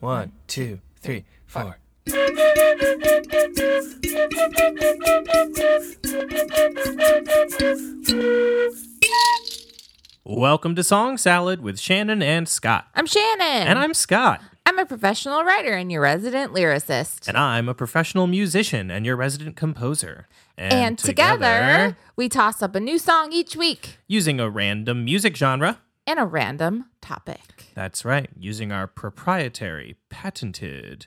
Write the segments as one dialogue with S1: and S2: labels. S1: One, two, three, four.
S2: Welcome to Song Salad with Shannon and Scott.
S3: I'm Shannon.
S2: And I'm Scott.
S3: I'm a professional writer and your resident lyricist.
S2: And I'm a professional musician and your resident composer.
S3: And, together, we toss up a new song each week
S2: using a random music genre.
S3: and a random topic.
S2: That's right, using our proprietary, patented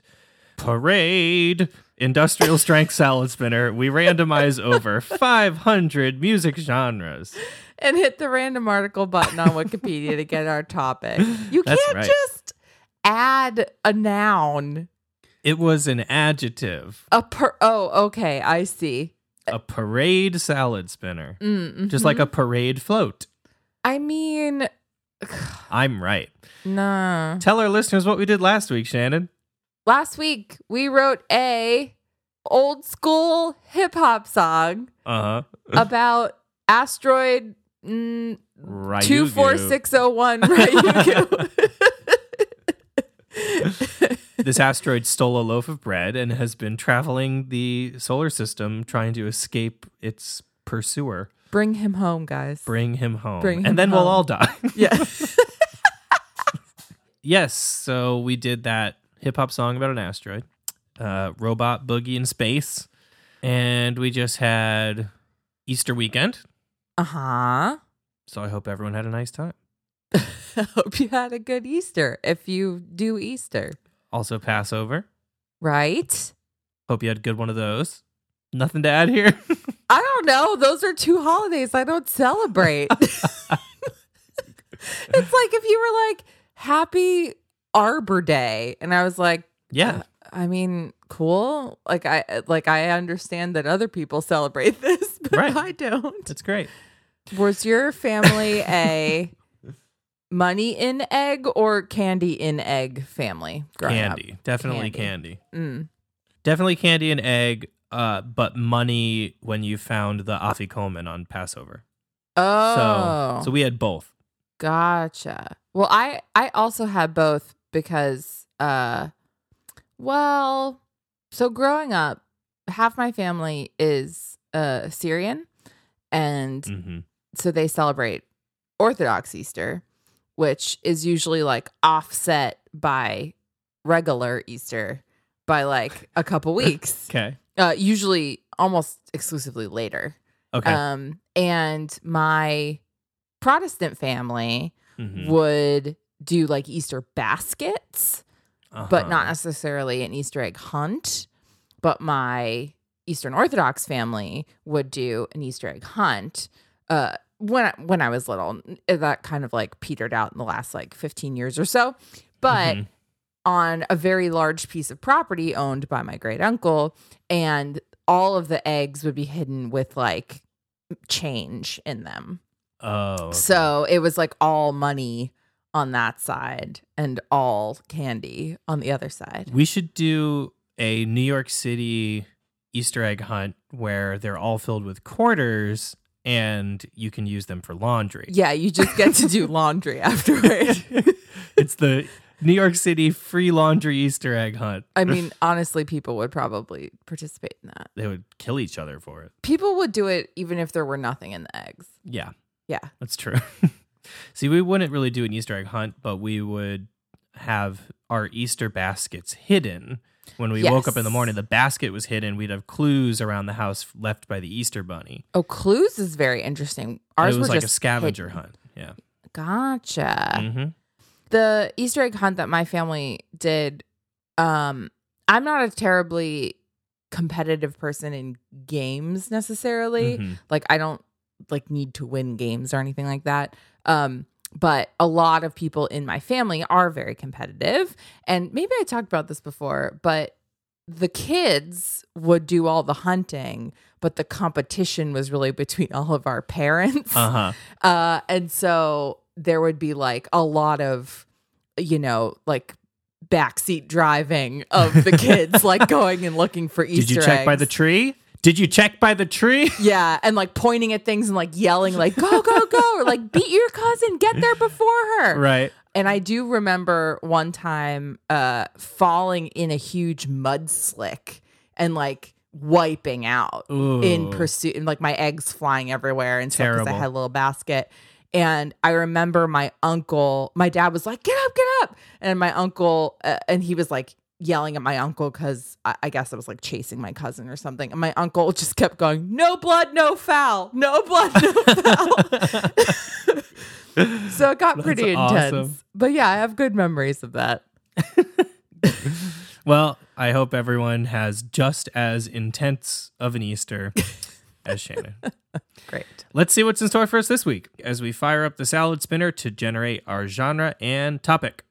S2: parade industrial strength salad spinner, we randomize over 500 music genres.
S3: And hit the random article button on Wikipedia to get our topic. You
S2: That's
S3: can't
S2: right.
S3: just add a noun.
S2: It was an adjective,
S3: A per Oh, okay, I see.
S2: a parade salad spinner,
S3: Mm,
S2: just like
S3: mhm.
S2: a parade float.
S3: I mean,
S2: I'm right.
S3: nah.
S2: Tell our listeners what we did last week, Shannon.
S3: Last week we wrote a old school hip hop song
S2: Uh huh.
S3: about asteroid mm,
S2: Ryugu.
S3: Two four six zero one. Ryugu.
S2: this asteroid stole a loaf of bread and has been traveling the solar system trying to escape its pursuer.
S3: Bring him home, guys.
S2: Bring him home.
S3: Bring him
S2: and then we'll
S3: home.
S2: all die.
S3: yeah.
S2: yes. So we did that hip hop song about an asteroid, uh, Robot Boogie in Space. And we just had Easter weekend.
S3: Uh huh.
S2: So I hope everyone had a nice time.
S3: I hope you had a good Easter. If you do Easter,
S2: Also, Passover.
S3: right?
S2: Hope you had a good one of those. Nothing to add here.
S3: I don't know. Those are two holidays I don't celebrate. it's like if you were like Happy Arbor Day, and I was like,
S2: yeah.
S3: I mean, cool. Like I like I understand that other people celebrate this, but
S2: Right.
S3: I don't.
S2: That's great.
S3: Was your family a money in egg or candy in egg family? Growing
S2: candy. Definitely
S3: Candy.
S2: candy.
S3: Up? Mm.
S2: Definitely candy and egg, uh, but money when you found the afikoman on Passover.
S3: Oh,
S2: So, so we had both.
S3: gotcha. Well, I I also had both because uh, well, so growing up, half my family is uh Syrian, and
S2: hmm
S3: so they celebrate Orthodox Easter, which is usually like offset by regular Easter by like a couple weeks,
S2: Okay.
S3: uh, usually almost exclusively later.
S2: Okay.
S3: Um, and my Protestant family
S2: Mhm.
S3: would do like Easter baskets, but
S2: Uh-huh.
S3: not necessarily an Easter egg hunt. But my Eastern Orthodox family would do an Easter egg hunt uh, when I, when I was little. That kind of like petered out in the last like fifteen years or so, but.
S2: Mhm.
S3: On a very large piece of property owned by my great uncle, and all of the eggs would be hidden with like change in them.
S2: Oh. okay.
S3: So it was like all money on that side and all candy on the other side.
S2: we should do a New York City Easter egg hunt where they're all filled with quarters and you can use them for laundry.
S3: Yeah, you just get to do laundry afterward.
S2: it's the New York City free laundry Easter egg hunt.
S3: I mean, honestly, people would probably participate in that.
S2: They would kill each other for it.
S3: People would do it even if there were nothing in the eggs.
S2: Yeah.
S3: Yeah.
S2: That's true. See, we wouldn't really do an Easter egg hunt, but we would have our Easter baskets hidden. When we woke up in the
S3: Yes.
S2: morning, the basket was hidden. We'd have clues around the house left by the Easter bunny.
S3: Oh, clues is very interesting.
S2: It
S3: Ours
S2: was
S3: were
S2: like a
S3: just
S2: scavenger
S3: hidden.
S2: hunt. Yeah.
S3: Gotcha.
S2: hmm
S3: the Easter egg hunt that my family did, um, I'm not a terribly competitive person in games necessarily.
S2: Mm-hmm.
S3: Like I don't like need to win games or anything like that. Um, but a lot of people in my family are very competitive. And maybe I talked about this before, but the kids would do all the hunting, but the competition was really between all of our parents.
S2: Uh huh.
S3: Uh, and so there would be like a lot of, you know, like backseat driving of the kids, like going and looking for Easter
S2: Did you check by
S3: eggs.
S2: the tree? Did you check by the tree?
S3: yeah, and like pointing at things and like yelling, like "Go, go, go!" or like "Beat your cousin, get there before her."
S2: right.
S3: and I do remember one time uh falling in a huge mud slick and like wiping out in
S2: Ooh.
S3: pursuit and like my eggs flying everywhere and stuff because I
S2: Terrible.
S3: had a little basket. And I remember my uncle, my dad was like, get up, get up. And my uncle, uh, and he was like yelling at my uncle because I, I guess I was like chasing my cousin or something. And my uncle just kept going, no blood, no foul, no blood, no foul. so it got pretty intense.
S2: awesome.
S3: But yeah, I have good memories of that.
S2: Well, I hope everyone has just as intense of an Easter as Shannon.
S3: Great.
S2: Let's see what's in store for us this week as we fire up the salad spinner to generate our genre and topic.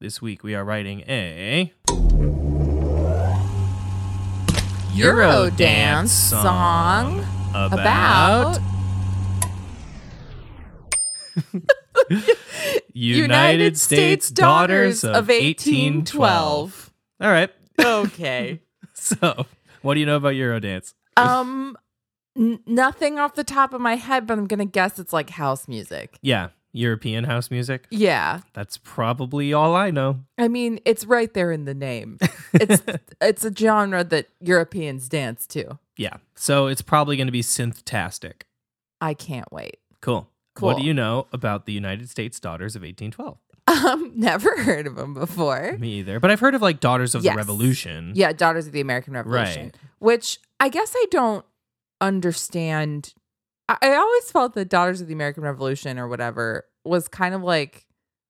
S2: This week we are writing a
S3: Eurodance song
S2: about United States Daughters of 1812. All right.
S3: okay.
S2: So, what do you know about Eurodance?
S3: Um, n- nothing off the top of my head, but I'm gonna guess it's like house music.
S2: Yeah, European house music.
S3: Yeah,
S2: That's probably all I know.
S3: I mean it's right there in the name. It's it's a genre that Europeans dance to.
S2: Yeah. So, it's probably going to be synth-tastic.
S3: I can't wait.
S2: Cool. What
S3: Cool.
S2: do you know about the United States Daughters of 1812?
S3: Um, never heard of them before.
S2: Me either. But I've heard of like Daughters of
S3: Yes.
S2: the Revolution.
S3: Yeah, Daughters of the American Revolution,
S2: Right.
S3: which I guess I don't understand. I, I always felt that Daughters of the American Revolution or whatever was kind of like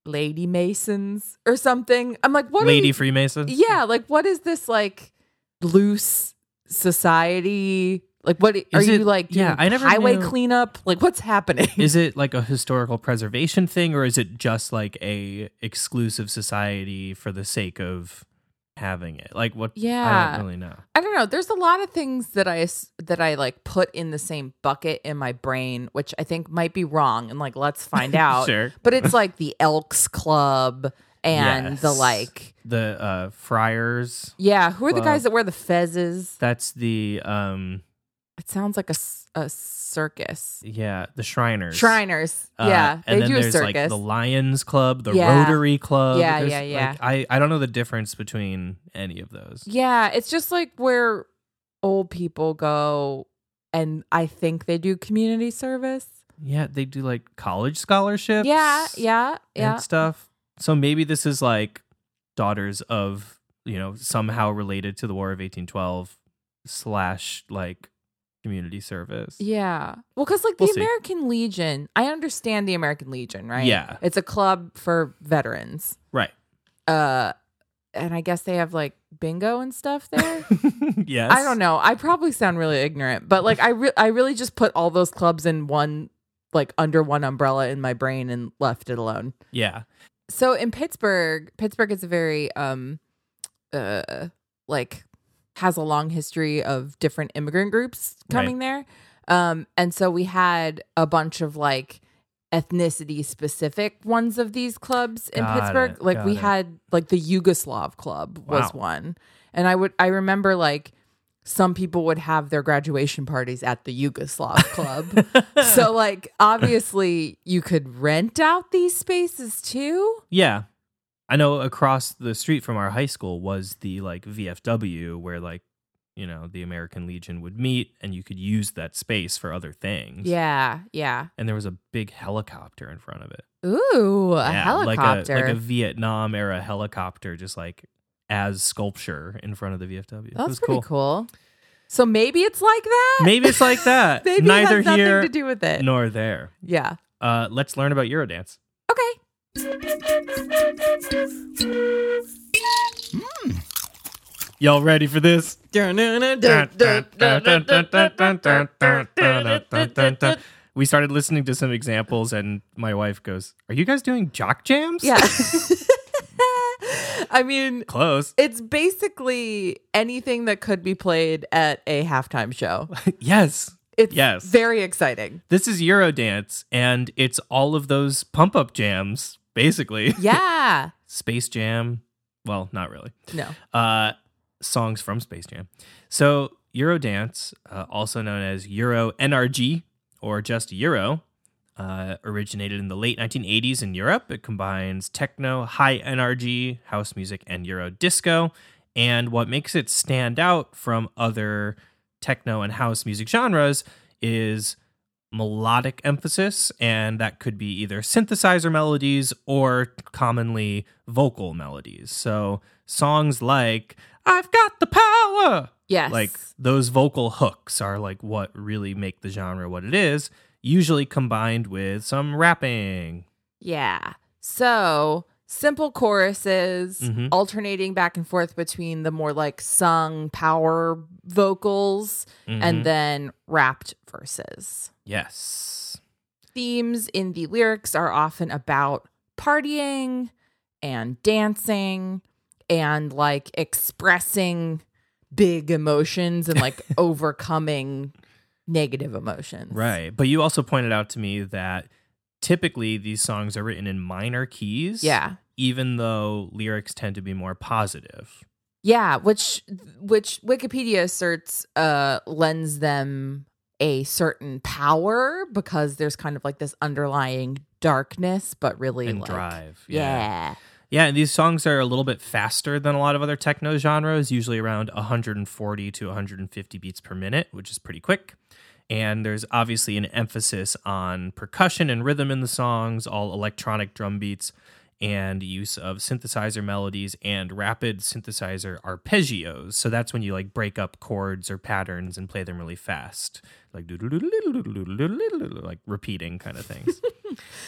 S3: Lady Masons or something. I'm like, what?
S2: Lady
S3: Are
S2: Freemasons.
S3: you, yeah, like what is this like loose society? Like what are
S2: Is
S3: you
S2: it-
S3: like?
S2: yeah,
S3: doing
S2: I never
S3: highway
S2: knew-
S3: cleanup. Like what's happening?
S2: Is it like a historical preservation thing or is it just like a exclusive society for the sake of having it? Like what I
S3: Yeah.
S2: don't really know.
S3: I don't know. There's a lot of things that I s- that I like put in the same bucket in my brain, which I think might be wrong. And like, let's find out.
S2: Sure.
S3: But it's like the Elks Club and the
S2: Yes.
S3: like.
S2: The uh friars.
S3: Yeah, who are the
S2: Club.
S3: guys that wear the fezzes?
S2: That's the um
S3: It sounds like a, s- a circus.
S2: yeah, the Shriners.
S3: Shriners.
S2: Uh,
S3: yeah,
S2: and
S3: they
S2: then
S3: do a
S2: there's like
S3: circus.
S2: the Lions Club, the
S3: Yeah.
S2: Rotary Club.
S3: Yeah,
S2: There's,
S3: yeah, yeah.
S2: like, I I don't know the difference between any of those.
S3: yeah, it's just like where old people go, and I think they do community service.
S2: Yeah, they do like college scholarships.
S3: Yeah, yeah, yeah.
S2: and stuff. So maybe this is like daughters of you know somehow related to the War of eighteen twelve slash like community service.
S3: Yeah. Well, because like
S2: We'll
S3: the
S2: see.
S3: American Legion, I understand the American Legion, right?
S2: Yeah.
S3: It's a club for veterans.
S2: Right.
S3: Uh, and I guess they have like bingo and stuff there.
S2: yes.
S3: I don't know. I probably sound really ignorant, but like I re- I really just put all those clubs in one like under one umbrella in my brain and left it alone.
S2: Yeah.
S3: So in Pittsburgh, Pittsburgh is a very um uh like has a long history of different immigrant groups coming there. Um and so we had a bunch of like ethnicity specific ones of these clubs in
S2: Got
S3: Pittsburgh.
S2: it,
S3: like we
S2: got it.
S3: had like the Yugoslav club was
S2: Wow.
S3: one. And I would I remember like some people would have their graduation parties at the Yugoslav club. so like obviously you could rent out these spaces too.
S2: Yeah. I know across the street from our high school was the like VFW where like you know the American Legion would meet and you could use that space for other things.
S3: Yeah, yeah.
S2: And there was a big helicopter in front of it.
S3: Ooh, a
S2: Yeah, like
S3: helicopter.
S2: like a Vietnam era helicopter, just like as sculpture in front of the VFW. It
S3: That's
S2: was
S3: pretty cool. So maybe it's like that.
S2: Maybe it's like that.
S3: Maybe
S2: Neither
S3: it has
S2: here
S3: nothing to do with it.
S2: nor there.
S3: Yeah.
S2: Uh, let's learn about Eurodance.
S3: Okay.
S2: Y'all ready for this? We started listening to some examples, and my wife goes, "Are you guys doing jock jams?"
S3: Yeah. I mean,
S2: close.
S3: it's basically anything that could be played at a halftime show.
S2: yes,
S3: It's
S2: Yes.
S3: very exciting.
S2: this is Eurodance, and it's all of those pump-up jams, basically.
S3: Yeah.
S2: Space Jam. Well, not really.
S3: No.
S2: Uh, songs from Space Jam. So Eurodance, uh, also known as Euro NRG or just Euro, uh, originated in the late 1980s in Europe. It combines techno, high energy, house music, and Euro disco. And what makes it stand out from other techno and house music genres is melodic emphasis, and that could be either synthesizer melodies or commonly vocal melodies. So songs like I've Got the Power
S3: Yes.
S2: like those vocal hooks are like what really make the genre what it is, usually combined with some rapping.
S3: Yeah. So simple choruses
S2: Mhm.
S3: alternating back and forth between the more like sung power vocals
S2: Mhm.
S3: and then rapped verses.
S2: yes.
S3: Themes in the lyrics are often about partying and dancing and like expressing big emotions and like overcoming negative emotions.
S2: Right. But you also pointed out to me that typically these songs are written in minor keys.
S3: Yeah.
S2: Even though lyrics tend to be more positive.
S3: Yeah, which which Wikipedia asserts uh lends them a certain power because there's kind of like this underlying darkness, but really
S2: And
S3: like
S2: drive.
S3: Yeah.
S2: Yeah, and these songs are a little bit faster than a lot of other techno genres, usually around 140 to 150 beats per minute, which is pretty quick. And there's obviously an emphasis on percussion and rhythm in the songs, all electronic drum beats, and use of synthesizer melodies and rapid synthesizer arpeggios. So that's when you like break up chords or patterns and play them really fast, like like repeating kind of things,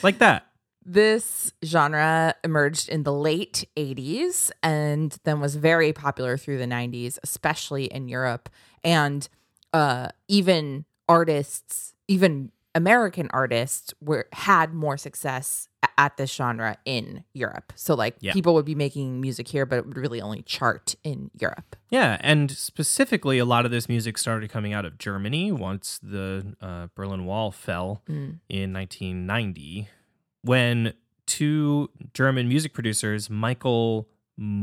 S2: like that.
S3: This genre emerged in the late 80s and then was very popular through the 90s, especially in Europe. And uh, even artists, even American artists, were had more success a- at this genre in Europe. So, like,
S2: Yeah.
S3: people would be making music here, but it would really only chart in Europe.
S2: Yeah, and specifically, a lot of this music started coming out of Germany once the uh, Berlin Wall fell
S3: Mm.
S2: in 1990, when two German music producers, Michael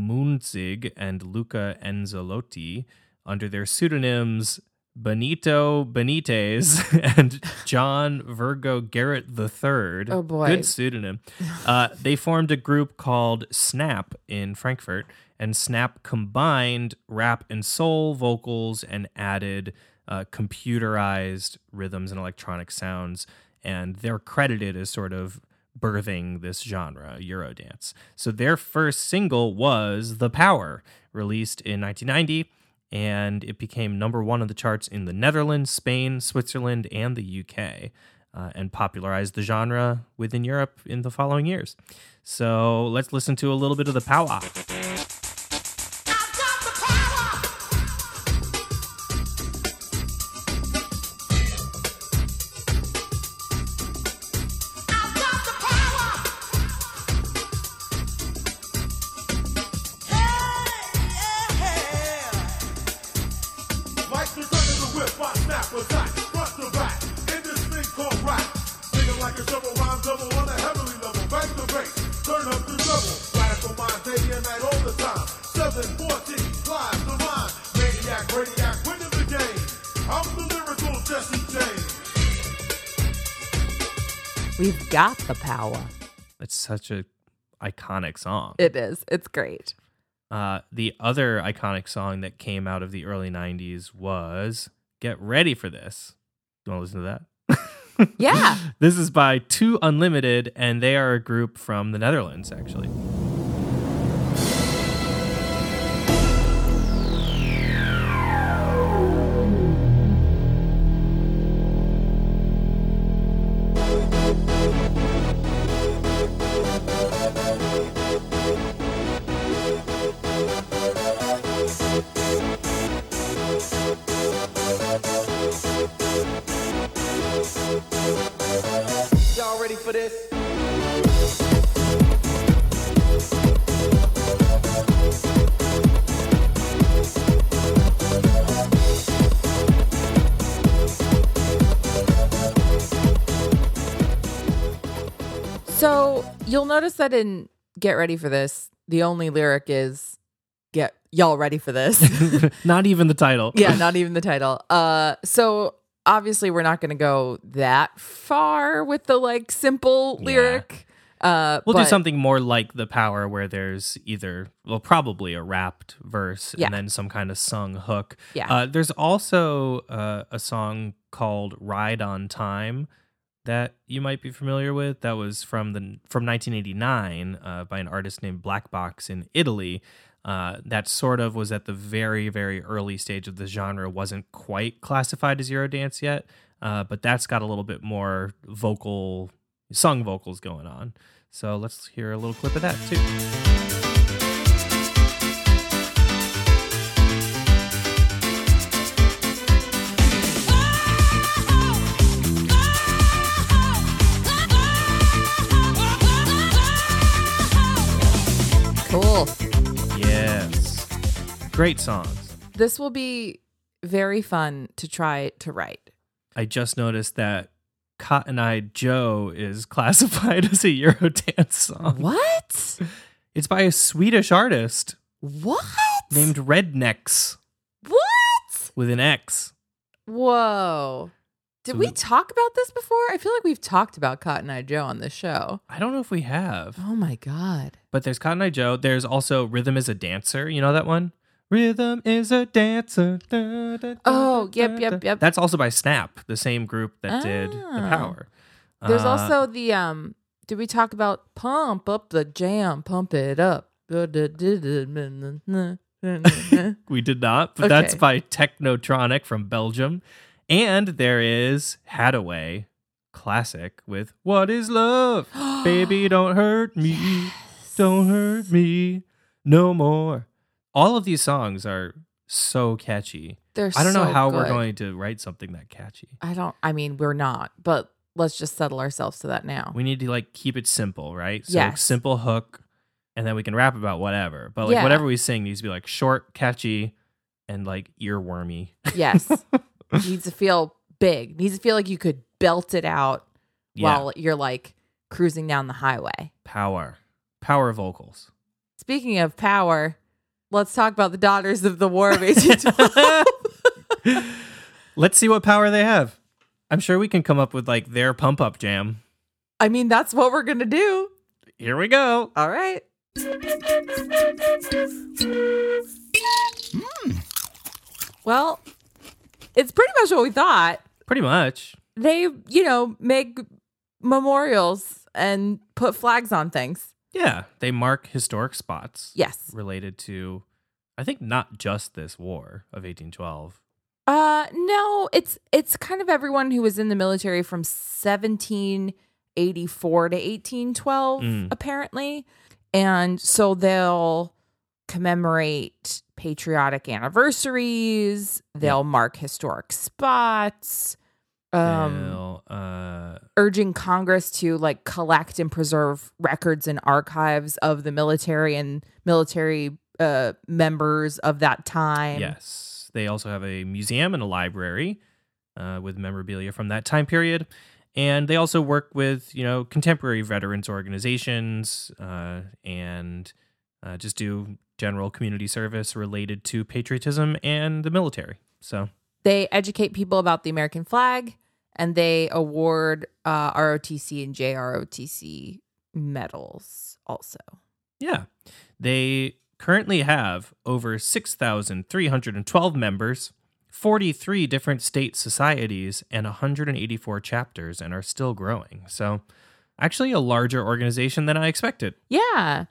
S2: Munzig and Luca Enzolotti, under their pseudonyms Benito Benitez and John Virgo Garrett III,
S3: Oh, boy.
S2: good pseudonym, uh, they formed a group called Snap in Frankfurt, and Snap combined rap and soul vocals and added uh, computerized rhythms and electronic sounds. And they're credited as sort of birthing this genre, Eurodance. So their first single was The Power, released in 1990. And it became number one on the charts in the Netherlands, Spain, Switzerland, and the UK uh, and popularized the genre within Europe in the following years. So let's listen to a little bit of the powwow.
S4: I've got the power. I've got the power. Hey, yeah.
S5: Like the gun in the whip, I snap a dot, front to back, in this thing called rap. Thinking like a shovel, rhyme double on a heavenly level. Back the bass, turn up the double. Radical mind, day and night, all the time. 714, live the rhyme. Maniac, radiac, winning the game. I'm the lyrical Jesse James.
S3: We've got the power.
S2: It's such a iconic song.
S3: It is. It's great.
S2: Uh, the other iconic song that came out of the early 90s was Get Ready for This. You want to listen to that?
S3: Yeah.
S2: this is by Two Unlimited, and they are a group from the Netherlands, actually.
S6: Y'all ready for this?
S3: So you'll notice that in Get Ready for This, the only lyric is get y'all ready for this.
S2: Not even the title.
S3: yeah, not even the title. Uh so obviously we're not going to go that far with the like simple
S2: Yeah.
S3: lyric. Uh,
S2: We'll
S3: but-
S2: do something more like the power where there's either well probably a rapped verse
S3: Yeah.
S2: and then some kind of sung hook.
S3: Yeah.
S2: Uh, there's also uh, a song called "Ride on Time" that you might be familiar with. That was from the from 1989 uh, by an artist named Black Box in Italy. Uh, that sort of was at the very very early stage of the genre. wasn't quite classified as eurodance yet, uh, but that's got a little bit more vocal sung vocals going on. So let's hear a little clip of that too.
S3: cool.
S2: Yes. Great songs.
S3: This will be very fun to try to write.
S2: I just noticed that Cotton Eye Joe is classified as a Eurodance song.
S3: What?
S2: It's by a Swedish artist
S3: What?
S2: named Rednecks
S3: What?
S2: with an X.
S3: Whoa. Did
S2: So
S3: we
S2: the-
S3: talk about this before? I feel like we've talked about Cotton Eye Joe on this show.
S2: I don't know if we have,
S3: Oh my God.
S2: but there's Cotton Eye Joe. There's also Rhythm is a Dancer. You know that one? Rhythm is a dancer. Da, da, da,
S3: Oh,
S2: da,
S3: yep, yep,
S2: da.
S3: yep.
S2: That's also by Snap, the same group that did The
S3: Ah.
S2: Power.
S3: There's
S2: Uh,
S3: also the um. Did we talk about pump up the jam, pump it up? Whoa!
S2: We did not, but that's
S3: Okay.
S2: by Technotronic from Belgium. And there is Hadaway classic with What is Love? Baby, don't hurt me. Don't hurt me no more. All of these songs are so catchy.
S3: They're
S2: I don't know
S3: so
S2: how we're
S3: good.
S2: going to write something that catchy.
S3: I don't. I mean, we're not, but let's just settle ourselves to that now.
S2: We need to like keep it simple, right? So
S3: Yes.
S2: simple hook and then we can rap about whatever. But like
S3: Yeah.
S2: whatever we sing needs to be like short, catchy, and like earwormy.
S3: Yes, needs to feel big. Needs to feel like you could belt it out while you're like cruising down the highway.
S2: power power vocals
S3: Speaking of power, let's talk about the daughters of the War of 1812.
S2: let's see what power they have i'm sure we can come up with like their pump up jam
S3: I mean, that's what we're gonna do.
S2: here we go
S3: All right. Well, it's pretty much what we thought.
S2: pretty much
S3: They, you know, make memorials and put flags on things.
S2: yeah they mark historic spots
S3: Yes.
S2: related to i think not just this war of 1812
S3: Uh no, it's it's kind of everyone who was in the military from 1784 to 1812
S2: Mm.
S3: apparently. And so they'll commemorate patriotic anniversaries, they'll mark historic spots. Um
S2: They'll, uh,
S3: urging Congress to like collect and preserve records and archives of the military and military uh, members of that time.
S2: yes they also have a museum and a library uh, with memorabilia from that time period and they also work with you know contemporary veterans organizations uh, and uh, just do general community service related to patriotism and the military so
S3: They educate people about the American flag and they award uh, ROTC and JROTC medals also.
S2: yeah they currently have over 6312 members 43 different state societies and 184 chapters and are still growing so actually a larger organization than i expected
S3: Yeah.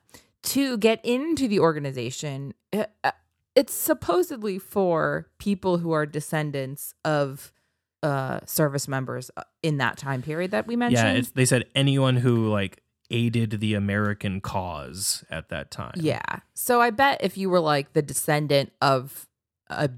S3: To get into the organization, uh, uh, it's supposedly for people who are descendants of uh, service members uh, in that time period that we mentioned.
S2: Yeah, it's, they said anyone who like aided the American cause at that time.
S3: Yeah. So I bet if you were like the descendant of a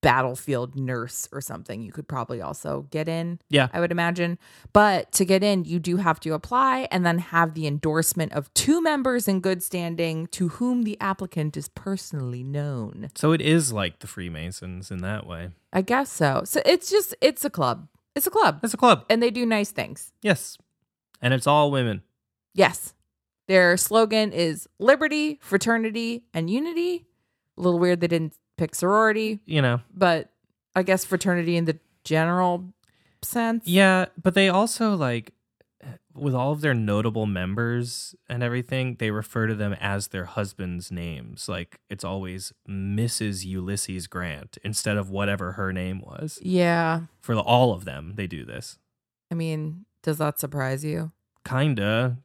S3: battlefield nurse or something, you could probably also get in.
S2: Yeah.
S3: I would imagine. But to get in, you do have to apply and then have the endorsement of two members in good standing to whom the applicant is personally known.
S2: So it is like the Freemasons in that way.
S3: I guess so. So it's just, it's a club. It's a club.
S2: It's a club.
S3: And they do nice things.
S2: Yes. And it's all women.
S3: Yes. Their slogan is liberty, fraternity, and unity. A little weird they didn't pick sorority,
S2: You know,
S3: but I guess fraternity and the general sense.
S2: Yeah, but they also like with all of their notable members and everything, they refer to them as their husbands' names. Like it's always Mrs. Ulysses Grant instead of whatever her name was.
S3: Yeah.
S2: For all of them, they do this.
S3: I mean, does that surprise you?
S2: Kinda,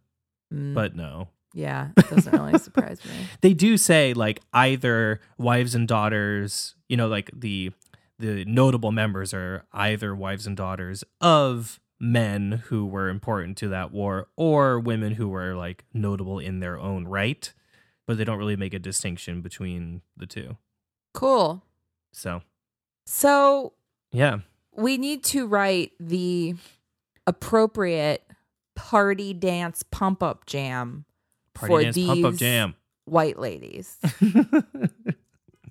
S3: Mm,
S2: but no.
S3: yeah, it doesn't really surprise me.
S2: They do say like either wives and daughters, you know, like the the notable members are either wives and daughters of men who were important to that war or women who were like notable in their own right, but they don't really make a distinction between the two.
S3: Cool.
S2: So,
S3: So
S2: yeah.
S3: we need to write the appropriate party dance pump up jam
S2: Party
S3: for
S2: dance
S3: these
S2: pump up jam.
S3: white ladies.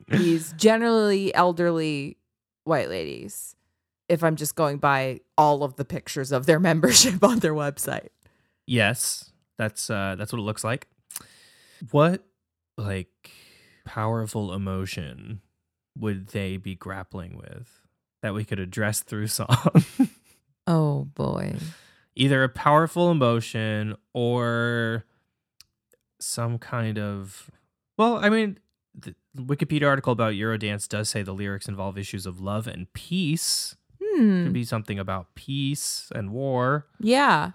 S3: these generally elderly white ladies. If I'm just going by all of the pictures of their membership on their website.
S2: Yes, that's uh that's what it looks like. What like powerful emotion would they be grappling with that we could address through song?
S3: Oh boy.
S2: Either a powerful emotion or some kind of well, I mean, the Wikipedia article about Eurodance does say the lyrics involve issues of love and peace.
S3: Hmm.
S2: Could be something about peace and war.
S3: Yeah.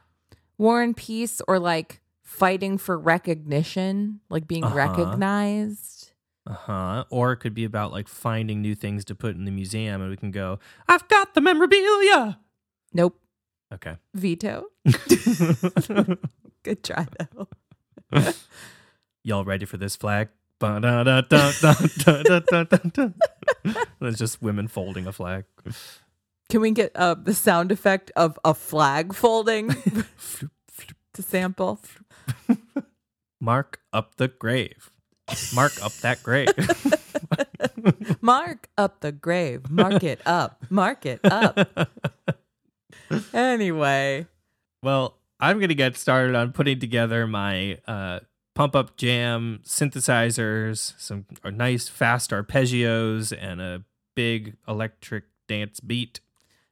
S3: War and peace or like fighting for recognition, like being
S2: Uh-huh.
S3: recognized.
S2: Uh-huh. Or it could be about like finding new things to put in the museum and we can go, I've got the memorabilia.
S3: Nope.
S2: Okay.
S3: Veto. Good try though.
S2: Y'all ready for this flag? Ba-da-da-da-da-da-da-da-da. That's just women folding a flag.
S3: Can we get uh, the sound effect of a flag folding to sample?
S2: Mark up the grave. Mark up that grave.
S3: Mark up the grave. Mark it up. Mark it up. anyway,
S2: Well, I'm going to get started on putting together my uh, pump up jam synthesizers, some uh, nice fast arpeggios, and a big electric dance beat.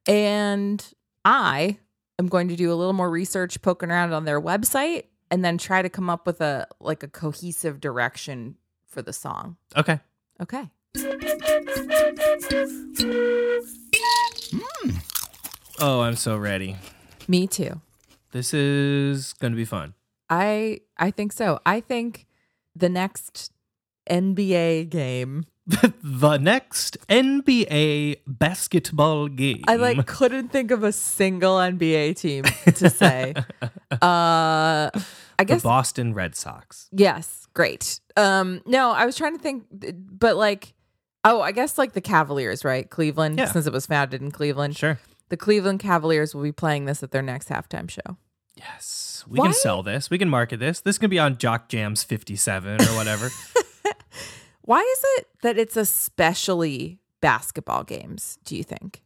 S3: and I am going to do a little more research poking around on their website and then try to come up with a like a cohesive direction for the song.
S2: Okay.
S3: Okay.
S2: Oh, I'm so ready.
S3: Me too.
S2: This is going to be fun.
S3: I I think so. I think the next NBA game
S2: the next NBA basketball game.
S3: I like couldn't think of a single NBA team to say. uh I
S2: the
S3: guess
S2: Boston Red Sox.
S3: yes, great. Um no, I was trying to think but like oh, I guess like the Cavaliers, right? Cleveland
S2: Yeah.
S3: since it was founded in Cleveland.
S2: Sure.
S3: The Cleveland Cavaliers will be playing this at their next halftime show.
S2: Yes. We
S3: Why-
S2: can sell this. We can market this. This can be on Jock Jams 57 or whatever.
S3: Why is it that it's especially basketball games, do you think?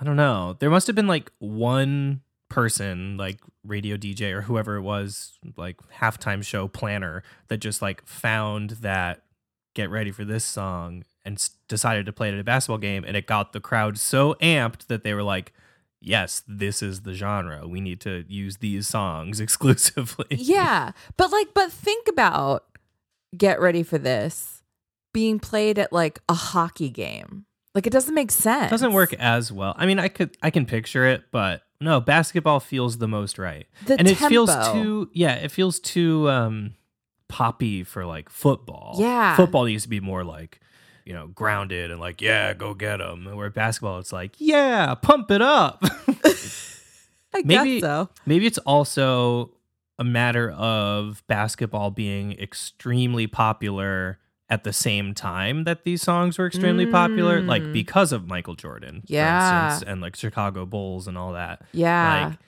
S2: I don't know. There must have been like one person, like radio DJ or whoever it was, like halftime show planner, that just like found that get ready for this song and s- decided to play it at a basketball game. And it got the crowd so amped that they were like, yes, this is the genre. We need to use these songs exclusively.
S3: yeah but like but think about get ready for this being played at like a hockey game like it doesn't make sense
S2: It doesn't work as well. I mean, I could, I can picture it, but no, basketball feels the most right.
S3: the
S2: and
S3: tempo.
S2: it feels too yeah it feels too um poppy for like football
S3: Yeah.
S2: football needs to be more like you know grounded and like yeah go get them where basketball it's like yeah pump it up
S3: I
S2: maybe-
S3: guess so
S2: maybe it's also a matter of basketball being extremely popular at the same time that these songs were extremely popular like
S3: Mm.
S2: because of michael jordan for
S3: Yeah.
S2: instance, and like chicago bulls and all that
S3: yeah
S2: like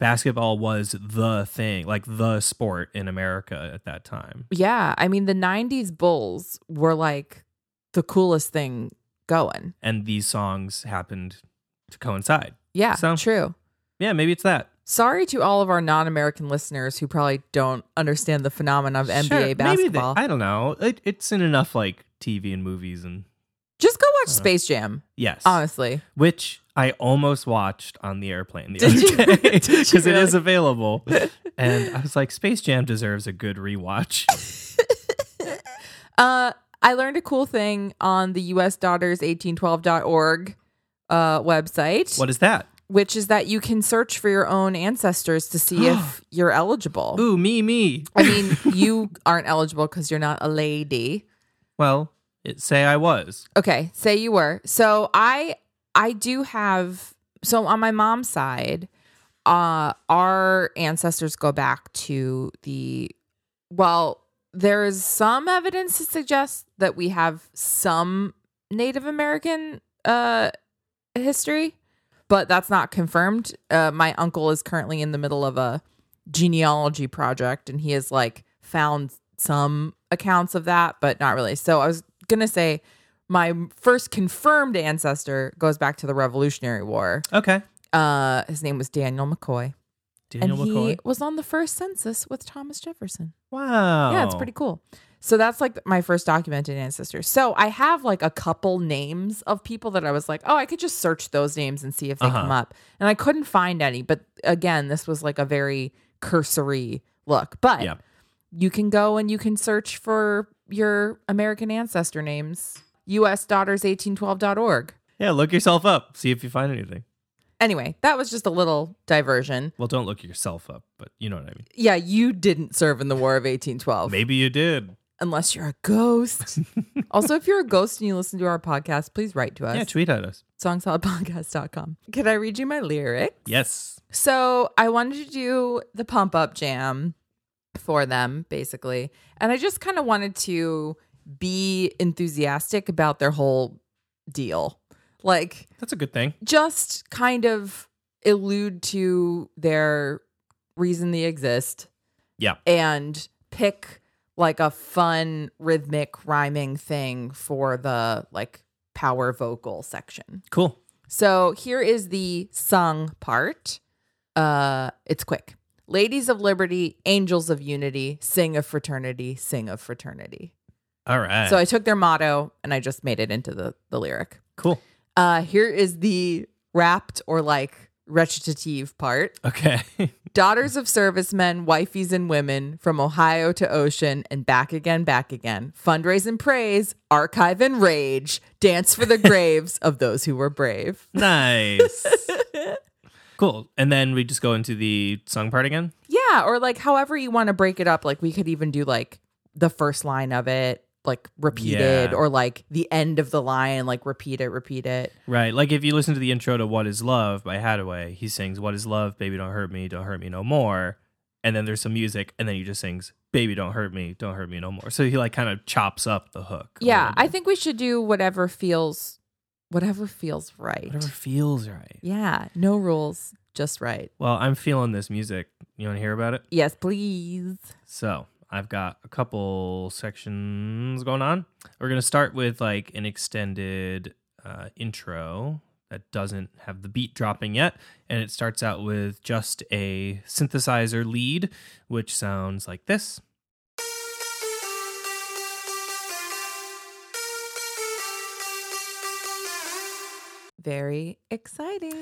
S2: basketball was the thing, like the sport in America at that time.
S3: yeah i mean the 90s bulls were like the coolest thing going
S2: And these songs happened to coincide.
S3: yeah
S2: So-
S3: true
S2: Yeah, maybe it's that.
S3: sorry to all of our non-american listeners who probably don't understand the phenomenon
S2: Sure,
S3: of nba
S2: maybe they-
S3: basketball
S2: I don't know. It, it's in enough like TV and movies and
S3: just go watch
S2: Uh,
S3: space jam
S2: yes.
S3: honestly
S2: Which I almost watched on the airplane the
S3: Did you-
S2: other day
S3: did you
S2: because it is
S3: really?
S2: available, and I was like, Space Jam deserves a good rewatch.
S3: Uh, I learned a cool thing on the US daughters1812.org uh, website,
S2: what is that?
S3: which is that you can search for your own ancestors to see if you're eligible.
S2: Ooh, me, me.
S3: I mean, you aren't eligible because you're not a lady.
S2: Well, it, say I was.
S3: Okay, say you were. So I I do have so on my mom's side, uh our ancestors go back to the well, there is some evidence to suggest that we have some Native American uh history, but that's not confirmed. Uh my uncle is currently in the middle of a genealogy project and he has like found some accounts of that, but not really. So I was going to say my first confirmed ancestor goes back to the Revolutionary War.
S2: Okay,
S3: Uh, his name was Daniel McCoy,
S2: Daniel
S3: and
S2: McCoy.
S3: he was on the first census with Thomas Jefferson.
S2: Wow.
S3: Yeah, it's pretty cool. So that's like my first documented ancestor. So I have like a couple names of people that I was like, oh, I could just search those names and see if they
S2: Uh-huh.
S3: come up. And I couldn't find any. But again, this was like a very cursory look. But
S2: Yeah.
S3: you can go and you can search for your American ancestor names, usdaughters1812.org.
S2: Yeah, look yourself up. See if you find anything.
S3: Anyway, that was just a little diversion.
S2: Well, don't look yourself up, but you know what I mean.
S3: Yeah, you didn't serve in the War of 1812.
S2: Maybe you did.
S3: unless you're a ghost. also, if you're a ghost and you listen to our podcast, please write to us.
S2: Yeah, tweet at us.
S3: songsolidpodcast.com. Could I read you my lyric?
S2: Yes.
S3: So I wanted to do the pump up jam for them, basically. And I just kind of wanted to be enthusiastic about their whole deal. Like,
S2: That's a good thing.
S3: just kind of allude to their reason they exist.
S2: Yeah.
S3: And pick like a fun rhythmic rhyming thing for the like power vocal section.
S2: Cool.
S3: So here is the sung part. Uh it's quick. Ladies of liberty, angels of unity, sing of fraternity, sing of fraternity.
S2: All right.
S3: So I took their motto and I just made it into the the lyric.
S2: cool.
S3: Uh, here is the wrapped or like recitative part.
S2: Okay.
S3: Daughters of servicemen, wifeys and women from Ohio to ocean and back again, back again. Fundraise and praise, archive and rage, dance for the graves of those who were brave.
S2: nice. cool. And then we just go into the song part again.
S3: Yeah, or like however you want to break it up. Like we could even do like the first line of it, like repeated,
S2: Yeah.
S3: or like the end of the line, like repeat it, repeat it.
S2: Right. Like if you listen to the intro to What is Love by Hadaway, he sings What is Love, Baby Don't Hurt Me, Don't Hurt Me No More. And then there's some music, and then he just sings Baby Don't Hurt Me, Don't Hurt Me No More. So he like kind of chops up the hook. a
S3: Yeah,
S2: little bit.
S3: I think we should do whatever feels, whatever feels right.
S2: Whatever feels right.
S3: Yeah, no rules, just right.
S2: Well, I'm feeling this music. You want to hear about it?
S3: Yes, please.
S2: So I've got a couple sections going on. We're gonna start with like an extended uh, intro that doesn't have the beat dropping yet, and it starts out with just a synthesizer lead, which sounds like this.
S3: Very exciting.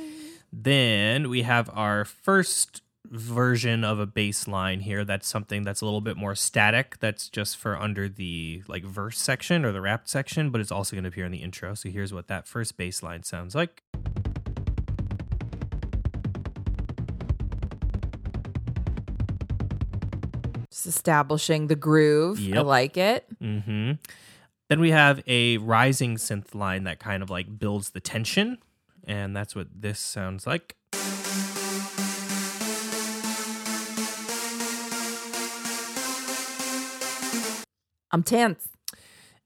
S2: Then we have our first version of a bass line here that's something that's a little bit more static that's just for under the like verse section or the rap section but it's also going to appear in the intro so here's what that first bass line sounds like
S3: Just establishing the groove. I
S2: Yep.
S3: like it.
S2: Mm-hmm. Then we have a rising synth line that kind of like builds the tension, and that's what this sounds like.
S3: I'm tense.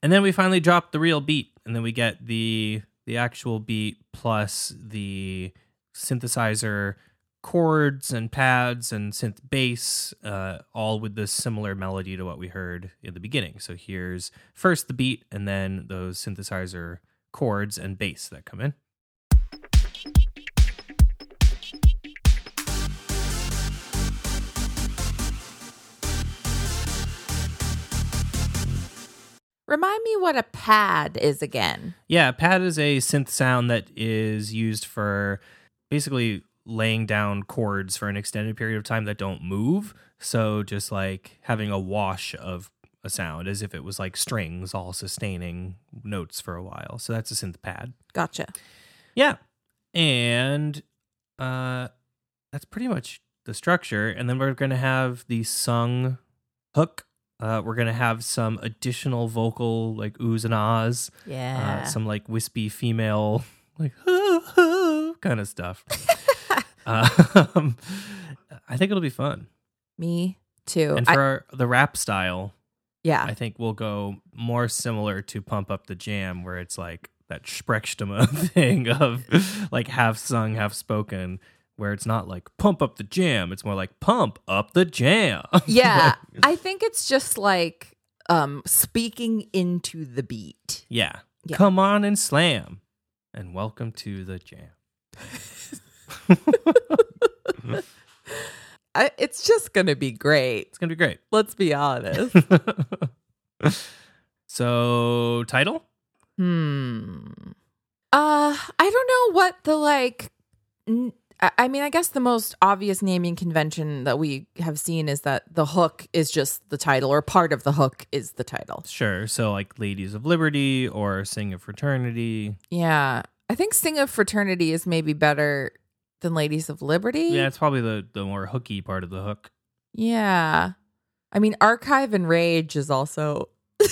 S2: And then we finally drop the real beat, and then we get the the actual beat plus the synthesizer chords and pads and synth bass, uh, all with the similar melody to what we heard in the beginning. So here's first the beat, and then those synthesizer chords and bass that come in.
S3: Remind me what a pad is again.
S2: Yeah, pad is a synth sound that is used for basically laying down chords for an extended period of time that don't move. So just like having a wash of a sound as if it was like strings all sustaining notes for a while. So that's a synth pad.
S3: Gotcha.
S2: Yeah. And uh that's pretty much the structure. And then we're gonna have the sung hook. Uh, we're gonna have some additional vocal like oohs and ahs
S3: Yeah.
S2: uh, some like wispy female like kind of stuff. um, I think it'll be fun.
S3: me too.
S2: And
S3: I- Uh.
S2: for our, the rap style,
S3: yeah.
S2: I think we'll go more similar to Pump Up the Jam, where it's like that Sprechstimme thing of like half sung, half spoken, where it's not like pump up the jam. It's more like pump up the jam.
S3: yeah. I think it's just like um speaking into the beat.
S2: yeah.
S3: Yeah.
S2: Come on and slam. And welcome to the jam.
S3: I, it's just going to be great.
S2: It's going to be great.
S3: Let's be honest.
S2: so title
S3: Hmm. Uh, I don't know what the like. N- I I mean, I guess the most obvious naming convention that we have seen is that the hook is just the title, or part of the hook is the title.
S2: sure so like ladies of liberty or sing of fraternity
S3: Yeah, I think "Sing of Fraternity" is maybe better than "Ladies of Liberty."
S2: yeah it's probably the the more hooky part of the hook
S3: Yeah. I mean, "Archive and Rage" is also.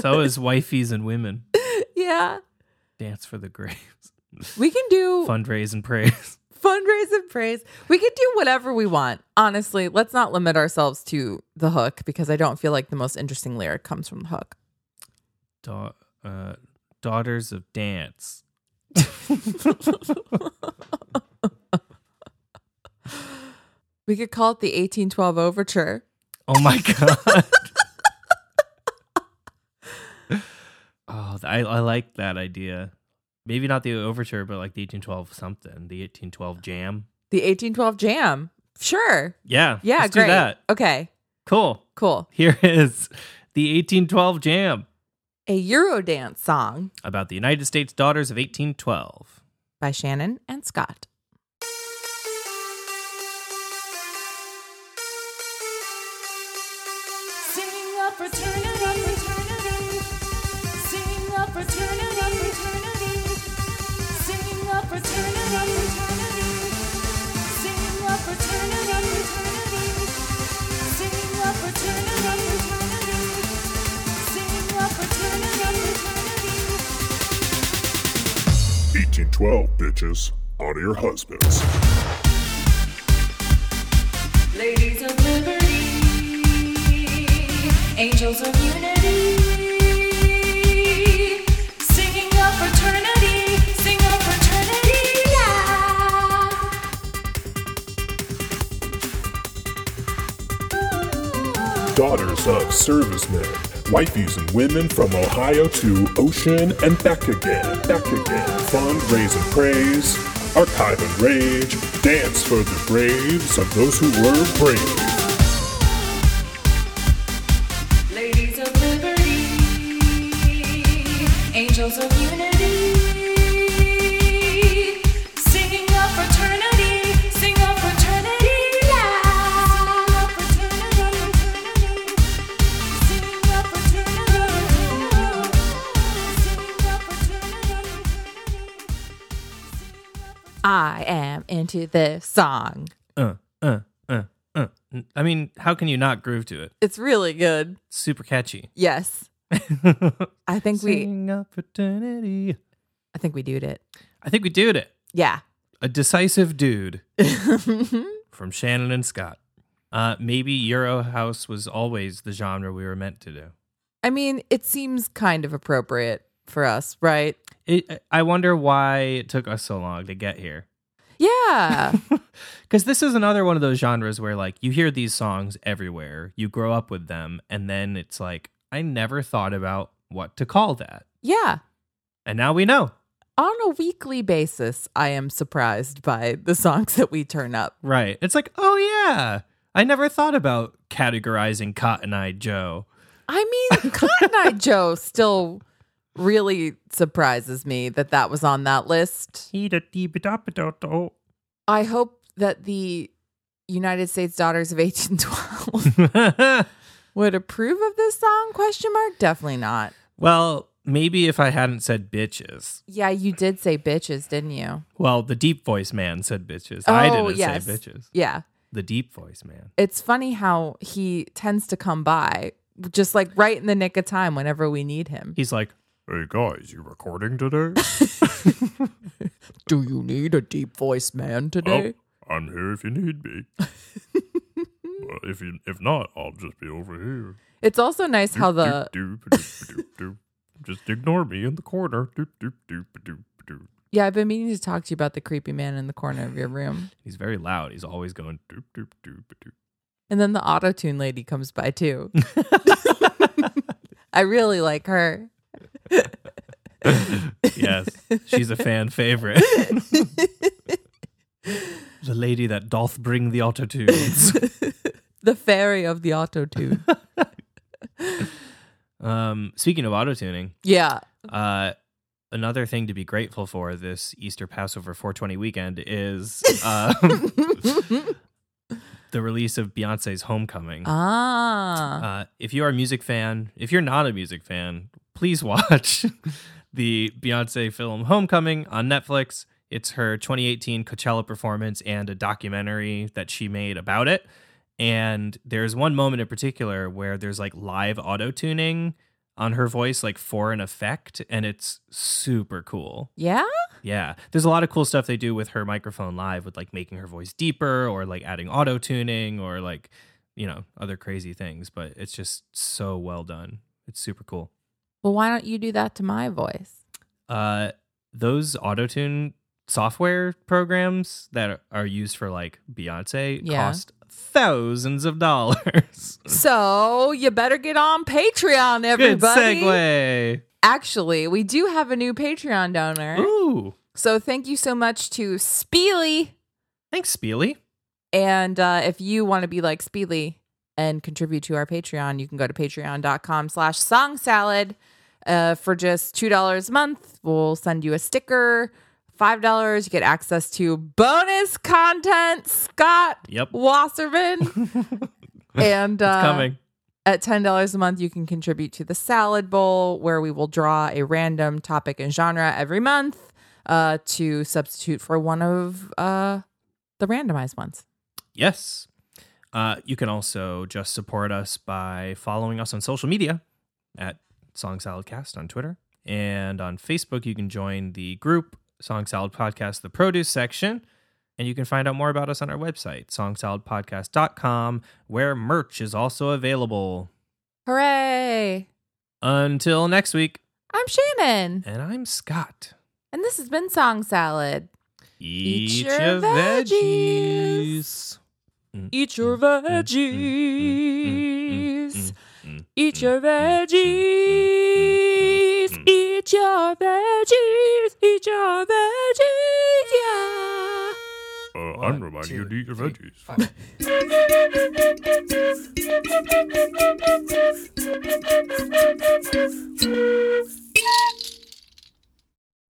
S2: so is wifeys and women
S3: yeah,
S2: dance for the graves
S3: we can do
S2: fundraise and praise
S3: fundraise and praise. We could do whatever we want. Honestly, let's not limit ourselves to the hook because I don't feel like the most interesting lyric comes from the hook.
S2: da- uh, daughters of dance
S3: We could call it the 1812 overture.
S2: oh my god oh I, I like that idea maybe not the overture but like the 1812 something the 1812 jam
S3: The 1812 jam. Sure.
S2: yeah
S3: Yeah,
S2: let's
S3: great.
S2: do that
S3: Okay.
S2: Cool.
S3: Cool.
S2: Here is the 1812 Jam
S3: A Eurodance song
S2: about the United States Daughters of 1812.
S3: by Shannon and Scott.
S6: Sing up fraternity, fraternity. Sing up fraternity, fraternity. Sing up fraternity, fraternity. Sing up fraternity, fraternity. Sing up fraternity, fraternity. Sing up fraternity, fraternity.
S7: 1812 bitches, honor your husbands.
S6: Ladies of liberty, angels of unity, singing a fraternity, sing a fraternity, yeah.
S7: Daughters of servicemen, wifeys and women from Ohio to ocean and back again, back again. Fundraise and praise, archive and rage, dance for the graves of those who were brave.
S6: Ladies of liberty, angels of unity, singing a fraternity, sing a fraternity, yeah. Fraternity, sing a fraternity, sing a fraternity.
S3: I am into this song.
S2: Uh, uh, uh, uh. I mean, how can you not groove to it?
S3: It's really good.
S2: It's super catchy.
S3: Yes. I think we
S2: Sing a fraternity.
S3: I think we did it.
S2: I think we did it.
S3: Yeah.
S2: A decisive dude from Shannon and Scott. Uh, maybe Euro House was always the genre we were meant to do.
S3: I mean, it seems kind of appropriate for us, right?
S2: It, I wonder why it took us so long to get here.
S3: Yeah.
S2: Because this is another one of those genres where, like, you hear these songs everywhere, you grow up with them, and then it's like, I never thought about what to call that.
S3: yeah.
S2: And now we know.
S3: on a weekly basis, I am surprised by the songs that we turn up.
S2: Right. It's like, oh, yeah, I never thought about categorizing Cotton Eye Joe.
S3: I mean, Cotton Eye Joe still really surprises me that that was on that list. I hope that the United States Daughters of 1812 would approve of this song? Question mark. Definitely not.
S2: well, maybe if I hadn't said bitches.
S3: Yeah, you did say bitches, didn't you?
S2: Well, the deep voice man said bitches. I
S3: Oh,
S2: didn't
S3: yes.
S2: say bitches.
S3: Yeah.
S2: The deep voice man.
S3: It's funny how he tends to come by just like right in the nick of time whenever we need him.
S2: He's like, "Hey guys, you recording today?"
S3: Do you need a deep voice man today?
S7: I'm here if you need me. well, if you if not, I'll just be over here.
S3: It's also nice how the
S7: Doop, doop, doop, doop. Just ignore me in the corner. Doop, doop, doop, doop, doop.
S3: Yeah, I've been meaning to talk to you about the creepy man in the corner of your room.
S2: He's very loud. He's always going doop doop doop doop.
S3: And then the auto tune lady comes by too. I really like her.
S2: Yes, she's a fan favorite. the lady that doth bring the auto tunes.
S3: The fairy of the auto tune.
S2: um, speaking of auto tuning,
S3: yeah.
S2: uh, another thing to be grateful for this Easter Passover 420 weekend is uh, the release of Beyonce's Homecoming.
S3: Ah.
S2: Uh, if you are a music fan, if you're not a music fan, please watch the Beyonce film Homecoming on Netflix. It's her 2018 Coachella performance and a documentary that she made about it. And there's one moment in particular where there's like live auto tuning on her voice, like for an effect, and it's super cool.
S3: yeah?
S2: Yeah. There's a lot of cool stuff they do with her microphone live with like making her voice deeper or like adding auto tuning or like, you know, other crazy things. But it's just so well done. It's super cool.
S3: Well, why don't you do that to my voice?
S2: Uh, those auto tune software programs that are used for like Beyonce
S3: Yeah.
S2: cost thousands of dollars.
S3: So you better get on Patreon,
S2: Good
S3: everybody.
S2: segue.
S3: Actually, we do have a new Patreon donor.
S2: Ooh.
S3: So thank you so much to Speely.
S2: Thanks, Speely.
S3: And uh, if you want to be like Speedly and contribute to our Patreon, you can go to patreon.com slash song salad. Uh, for just $2 a month, we'll send you a sticker. $5, you get access to bonus content, Scott
S2: Yep.
S3: Wasserman. and uh,
S2: Coming.
S3: at $10 a month, you can contribute to the Salad Bowl, where we will draw a random topic and genre every month uh, to substitute for one of uh, the randomized ones.
S2: Yes. Uh, you can also just support us by following us on social media at Song Salad Cast on Twitter and on Facebook. You can join the group Song Salad Podcast, the produce section, and you can find out more about us on our website, songsaladpodcast.com, where merch is also available.
S3: Hooray!
S2: Until next week,
S3: I'm Shannon,
S2: and I'm Scott.
S3: and this has been Song Salad.
S2: Eat,
S3: your veggies. Eat your veggies. Eat your veggies. Eat your veggies. Eat your veggies. Yeah.
S7: Uh,
S1: One,
S7: I'm reminding
S1: two,
S7: you to eat your
S1: three,
S7: veggies.
S1: four.
S6: Thank you.